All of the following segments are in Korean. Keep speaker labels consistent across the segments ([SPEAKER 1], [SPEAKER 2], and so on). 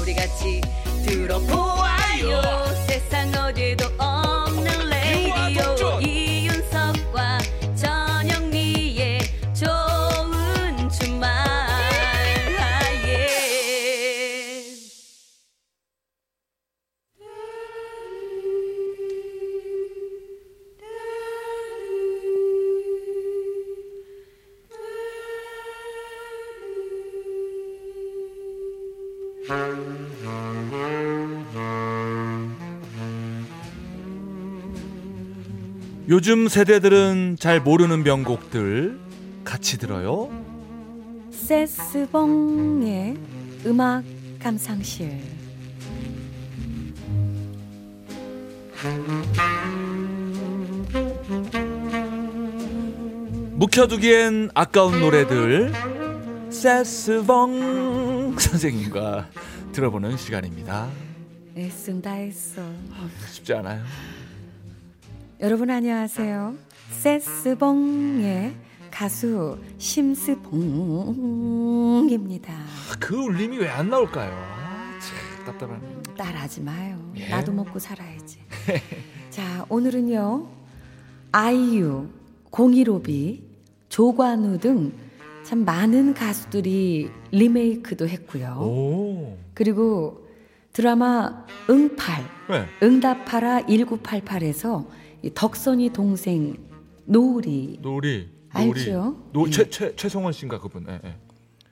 [SPEAKER 1] 우리 같이 들어보아요 세상 어디도 없는 레이디오
[SPEAKER 2] 동전.
[SPEAKER 1] 이윤석과 전영미의 좋은 주말 예.
[SPEAKER 3] 요즘 세대들은 잘 모르는 명곡들 같이 들어요.
[SPEAKER 4] 세스봉의 음악 감상실.
[SPEAKER 3] 묵혀두기엔 아까운 노래들 세스봉 선생님과 들어보는 시간입니다.
[SPEAKER 4] 애쓴다 했어.
[SPEAKER 3] 쉽지 않아요.
[SPEAKER 4] 여러분 안녕하세요. 세스봉의 가수 심스봉입니다.
[SPEAKER 3] 그 울림이 왜 안 나올까요? 아, 참 답답하네.
[SPEAKER 4] 따라하지 마요.
[SPEAKER 3] 예.
[SPEAKER 4] 나도 먹고 살아야지. 자, 오늘은요. 아이유, 공이로비, 조관우 등 참 많은 가수들이 리메이크도
[SPEAKER 3] 어?
[SPEAKER 4] 했고요.
[SPEAKER 3] 오.
[SPEAKER 4] 그리고 드라마 응팔,
[SPEAKER 3] 네.
[SPEAKER 4] 응답하라 1988에서 이 덕선이 동생 노우리,
[SPEAKER 3] 노리.
[SPEAKER 4] 알죠?
[SPEAKER 3] 노, 최, 최, 최성원 씨인가 그분. 예, 예.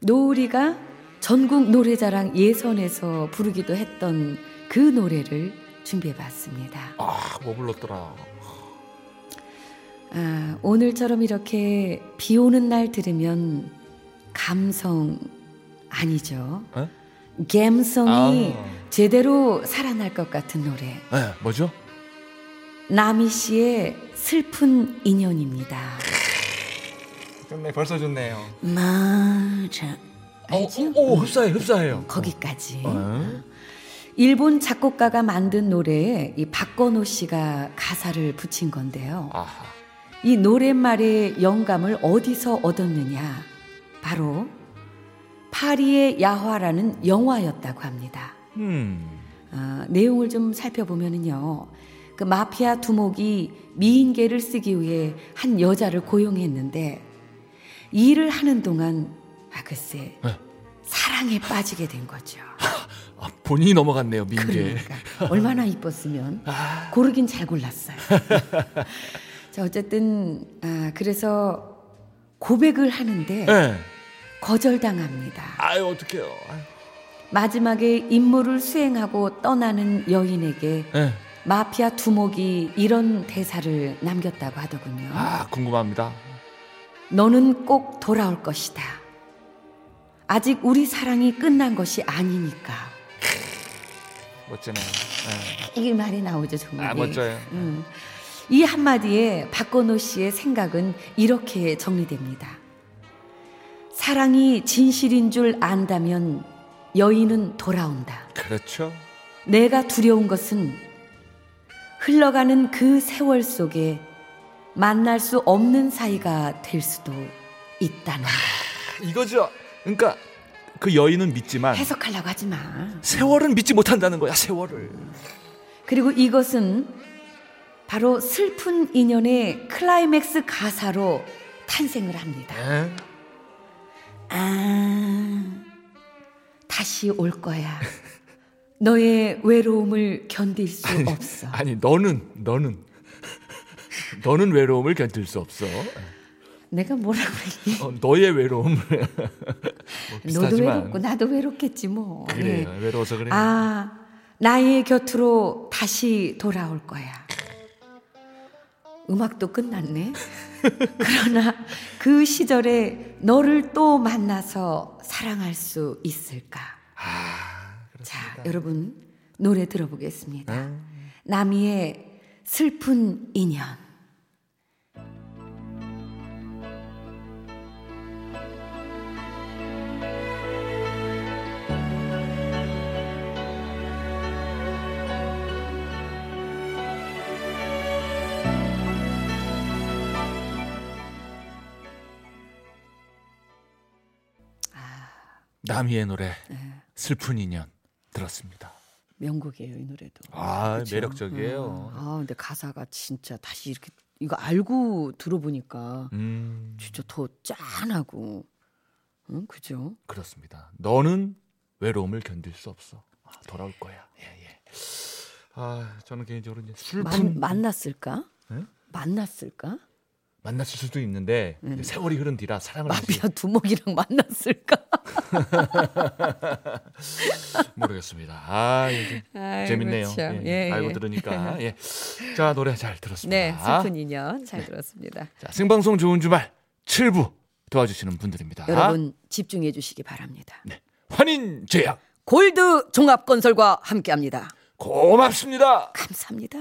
[SPEAKER 4] 노우리가 전국 노래자랑 예선에서 부르기도 했던 그 노래를 준비해봤습니다.
[SPEAKER 3] 아, 뭐 불렀더라.
[SPEAKER 4] 아, 오늘처럼 이렇게 비 오는 날 들으면 감성 아니죠?
[SPEAKER 3] 에?
[SPEAKER 4] 감성이
[SPEAKER 3] 아.
[SPEAKER 4] 제대로 살아날 것 같은 노래.
[SPEAKER 3] 예, 뭐죠?
[SPEAKER 4] 나미 씨의 슬픈 인연입니다.
[SPEAKER 3] 좋네, 벌써 좋네요.
[SPEAKER 4] 맞아. 알죠? 음,
[SPEAKER 3] 오, 흡사해, 흡사해요.
[SPEAKER 4] 거기까지.
[SPEAKER 3] 어?
[SPEAKER 4] 일본 작곡가가 만든 노래에 이 박건호 씨가 가사를 붙인 건데요.
[SPEAKER 3] 아하.
[SPEAKER 4] 이 노랫말의 영감을 어디서 얻었느냐? 바로 파리의 야화라는 영화였다고 합니다.
[SPEAKER 3] 음.
[SPEAKER 4] 아, 내용을 좀 살펴보면요. 그 마피아 두목이 미인계를 쓰기 위해 한 여자를 고용했는데 일을 하는 동안 아 글쎄
[SPEAKER 3] 네.
[SPEAKER 4] 사랑에 빠지게 된 거죠.
[SPEAKER 3] 아, 본인이 넘어갔네요, 민계.
[SPEAKER 4] 그러니까 얼마나 이뻤으면
[SPEAKER 3] 아.
[SPEAKER 4] 고르긴 잘 골랐어요. 자 어쨌든 아 그래서 고백을 하는데
[SPEAKER 3] 예.
[SPEAKER 4] 거절당합니다.
[SPEAKER 3] 아유, 어떡해요. 아유.
[SPEAKER 4] 마지막에 임무를 수행하고 떠나는 여인에게
[SPEAKER 3] 예.
[SPEAKER 4] 마피아 두목이 이런 대사를 남겼다고 하더군요.
[SPEAKER 3] 아, 궁금합니다.
[SPEAKER 4] 너는 꼭 돌아올 것이다. 아직 우리 사랑이 끝난 것이 아니니까.
[SPEAKER 3] 멋지네요. 예.
[SPEAKER 4] 이 말이 나오죠, 정말.
[SPEAKER 3] 아, 멋져요.
[SPEAKER 4] 음. 이 한마디에 박건호 씨의 생각은 이렇게 정리됩니다. 사랑이 진실인 줄 안다면 여인은 돌아온다.
[SPEAKER 3] 그렇죠.
[SPEAKER 4] 내가 두려운 것은 흘러가는 그 세월 속에 만날 수 없는 사이가 될 수도 있다는
[SPEAKER 3] 아. 이거죠. 그러니까 그 여인은 믿지만
[SPEAKER 4] 해석하려고 하지 마.
[SPEAKER 3] 세월은 믿지 못한다는 거야, 세월을.
[SPEAKER 4] 그리고 이것은 바로 슬픈 인연의 클라이맥스 가사로 탄생을 합니다.
[SPEAKER 3] 예.
[SPEAKER 4] 아, 다시 올 거야. 너의 외로움을 견딜 수 없어.
[SPEAKER 3] 아니, 너는 너는 너는 외로움을 견딜 수 없어.
[SPEAKER 4] 내가 뭐라고 했니?
[SPEAKER 3] 어, 너의 외로움을 뭐
[SPEAKER 4] 너도
[SPEAKER 3] 비슷하지만
[SPEAKER 4] 외롭고 나도 외롭겠지 뭐. 예.
[SPEAKER 3] 그래요. 외로워서
[SPEAKER 2] 네.
[SPEAKER 3] 그래요.
[SPEAKER 4] 아, 나의 곁으로 다시 돌아올 거야. 음악도 끝났네. 그러나 그 시절에 너를 또 만나서 사랑할 수 있을까?
[SPEAKER 2] 아,
[SPEAKER 4] 자, 여러분 노래 들어보겠습니다. 남이의 슬픈 인연.
[SPEAKER 3] 아,
[SPEAKER 2] 남희의 노래
[SPEAKER 4] 네.
[SPEAKER 2] 슬픈 인연 들었습니다.
[SPEAKER 4] 명곡이에요 이 노래도.
[SPEAKER 2] 아
[SPEAKER 4] 그쵸?
[SPEAKER 2] 매력적이에요.
[SPEAKER 4] 아 근데 가사가 진짜 다시 이렇게 이거 알고 들어보니까
[SPEAKER 2] 음
[SPEAKER 4] 진짜 더 짠하고, 응 그죠?
[SPEAKER 2] 그렇습니다. 너는 외로움을 견딜 수 없어. 아, 돌아올 거야. 예 예. 아 저는 개인적으로 이제 슬픈
[SPEAKER 4] 만, 만났을까?
[SPEAKER 2] 네?
[SPEAKER 4] 만났을까?
[SPEAKER 2] 만났을 수도 있는데 이제 세월이 흐른 뒤라 사랑을 다시
[SPEAKER 4] 음. 마피아 두목이랑 만났을까?
[SPEAKER 2] 모르겠습니다. 아 요즘
[SPEAKER 4] 아이고,
[SPEAKER 2] 재밌네요.
[SPEAKER 4] 참.
[SPEAKER 2] 예,
[SPEAKER 4] 예,
[SPEAKER 2] 알고
[SPEAKER 4] 예.
[SPEAKER 2] 들으니까 예. 자 노래 잘 들었습니다.
[SPEAKER 4] 네, 슬픈 인연 잘 들었습니다.
[SPEAKER 2] 네. 자, 생방송 좋은 주말 7부 도와주시는 분들입니다.
[SPEAKER 4] 여러분 집중해 주시기 바랍니다.
[SPEAKER 2] 네. 환인 제약
[SPEAKER 4] 골드 종합건설과 함께합니다.
[SPEAKER 2] 고맙습니다.
[SPEAKER 4] 감사합니다.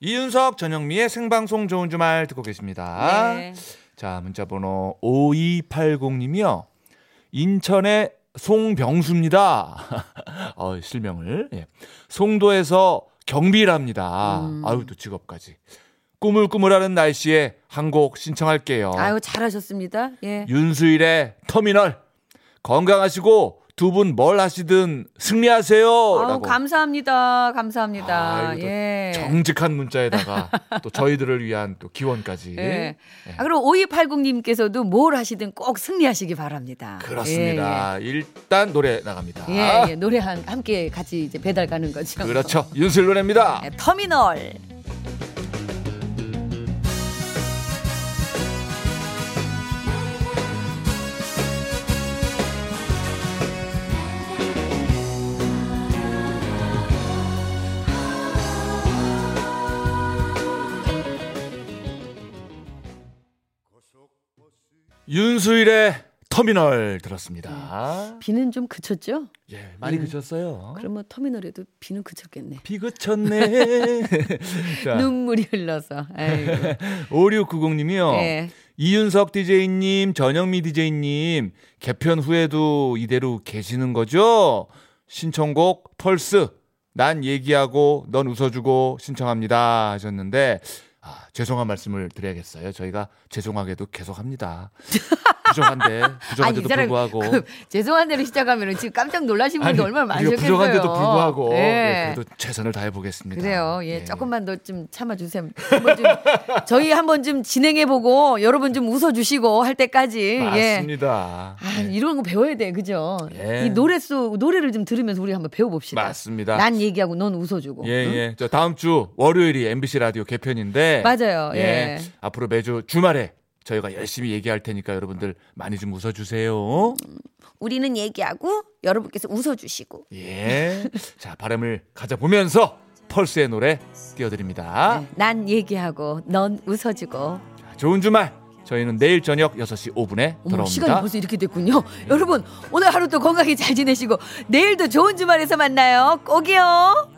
[SPEAKER 2] 이윤석 전영미의 생방송 좋은 주말 듣고 계십니다.
[SPEAKER 4] 네.
[SPEAKER 2] 자, 문자 번호 5280님이요. 인천의 송병수입니다. 어, 실명을. 예. 송도에서 경비랍니다.
[SPEAKER 4] 음.
[SPEAKER 2] 아유, 또 직업까지. 꾸물꾸물하는 날씨에 한 곡 신청할게요.
[SPEAKER 4] 아유 잘하셨습니다.
[SPEAKER 2] 네.
[SPEAKER 4] 예.
[SPEAKER 2] 윤수일의 터미널. 건강하시고 두 분 뭘 하시든 승리하세요.
[SPEAKER 4] 아우
[SPEAKER 2] 라고.
[SPEAKER 4] 감사합니다. 감사합니다.
[SPEAKER 2] 아, 이거 또
[SPEAKER 4] 예.
[SPEAKER 2] 정직한 문자에다가 또 저희들을 위한 또 기원까지.
[SPEAKER 4] 예. 아, 그리고 5280님께서도 뭘 하시든 꼭 승리하시기 바랍니다.
[SPEAKER 2] 그렇습니다. 일단 노래 나갑니다.
[SPEAKER 4] 예, 예. 예, 예. 노래 한, 함께 같이 이제 배달 가는 거죠.
[SPEAKER 2] 아. 그렇죠. 윤슬 노래입니다.
[SPEAKER 4] 예, 터미널.
[SPEAKER 2] 윤수일의 터미널 들었습니다.
[SPEAKER 4] 비는 좀 그쳤죠?
[SPEAKER 2] 예, 많이 그쳤어요.
[SPEAKER 4] 그러면 터미널에도 비는 그쳤겠네.
[SPEAKER 2] 비 그쳤네. 자,
[SPEAKER 4] 눈물이 흘러서. 아이고.
[SPEAKER 2] 5690님이요.
[SPEAKER 4] 예.
[SPEAKER 2] 이윤석 DJ님, 전영미 DJ님, 개편 후에도 이대로 계시는 거죠? 신청곡 펄스, 난 얘기하고 넌 웃어주고 신청합니다 하셨는데, 아, 죄송한 말씀을 드려야겠어요. 저희가 죄송하게도 계속합니다. 부족한데,
[SPEAKER 4] 아니, 이
[SPEAKER 2] 부족한데도
[SPEAKER 4] 사람
[SPEAKER 2] 불구하고.
[SPEAKER 4] 그, 죄송한데로 시작하면 지금 깜짝 놀라신 분도 얼마나
[SPEAKER 2] 아니,
[SPEAKER 4] 많으셨겠어요.
[SPEAKER 2] 부족한데도 불구하고
[SPEAKER 4] 예.
[SPEAKER 2] 예, 그래도 최선을 다해 보겠습니다.
[SPEAKER 4] 그래요. 예, 조금만 더 좀 참아주세요. 한번 좀 저희 한번 좀 진행해보고 여러분 좀 웃어주시고 할 때까지. 예.
[SPEAKER 2] 맞습니다.
[SPEAKER 4] 아, 이런 거 배워야 돼, 그죠?
[SPEAKER 2] 네. 예.
[SPEAKER 4] 이 노래 속 노래를 좀 들으면서 우리 한번 배워봅시다.
[SPEAKER 2] 맞습니다.
[SPEAKER 4] 난 얘기하고 넌 웃어주고.
[SPEAKER 2] 예, 예. 저 다음 주 월요일이 MBC 라디오 개편인데.
[SPEAKER 4] 맞아요. 예.
[SPEAKER 2] 앞으로 매주 주말에 저희가 열심히 얘기할 테니까 여러분들 많이 좀 웃어주세요.
[SPEAKER 4] 우리는 얘기하고 여러분께서 웃어주시고.
[SPEAKER 2] 예. 자, 바람을 가져보면서 펄스의 노래 띄워드립니다.
[SPEAKER 4] 네, 난 얘기하고 넌 웃어주고.
[SPEAKER 2] 자, 좋은 주말. 저희는 내일 저녁 6시 5분에
[SPEAKER 4] 어머,
[SPEAKER 2] 돌아옵니다.
[SPEAKER 4] 시간이 벌써 이렇게 됐군요. 여러분 오늘 하루도 건강히 잘 지내시고 내일도 좋은 주말에서 만나요. 꼭이요.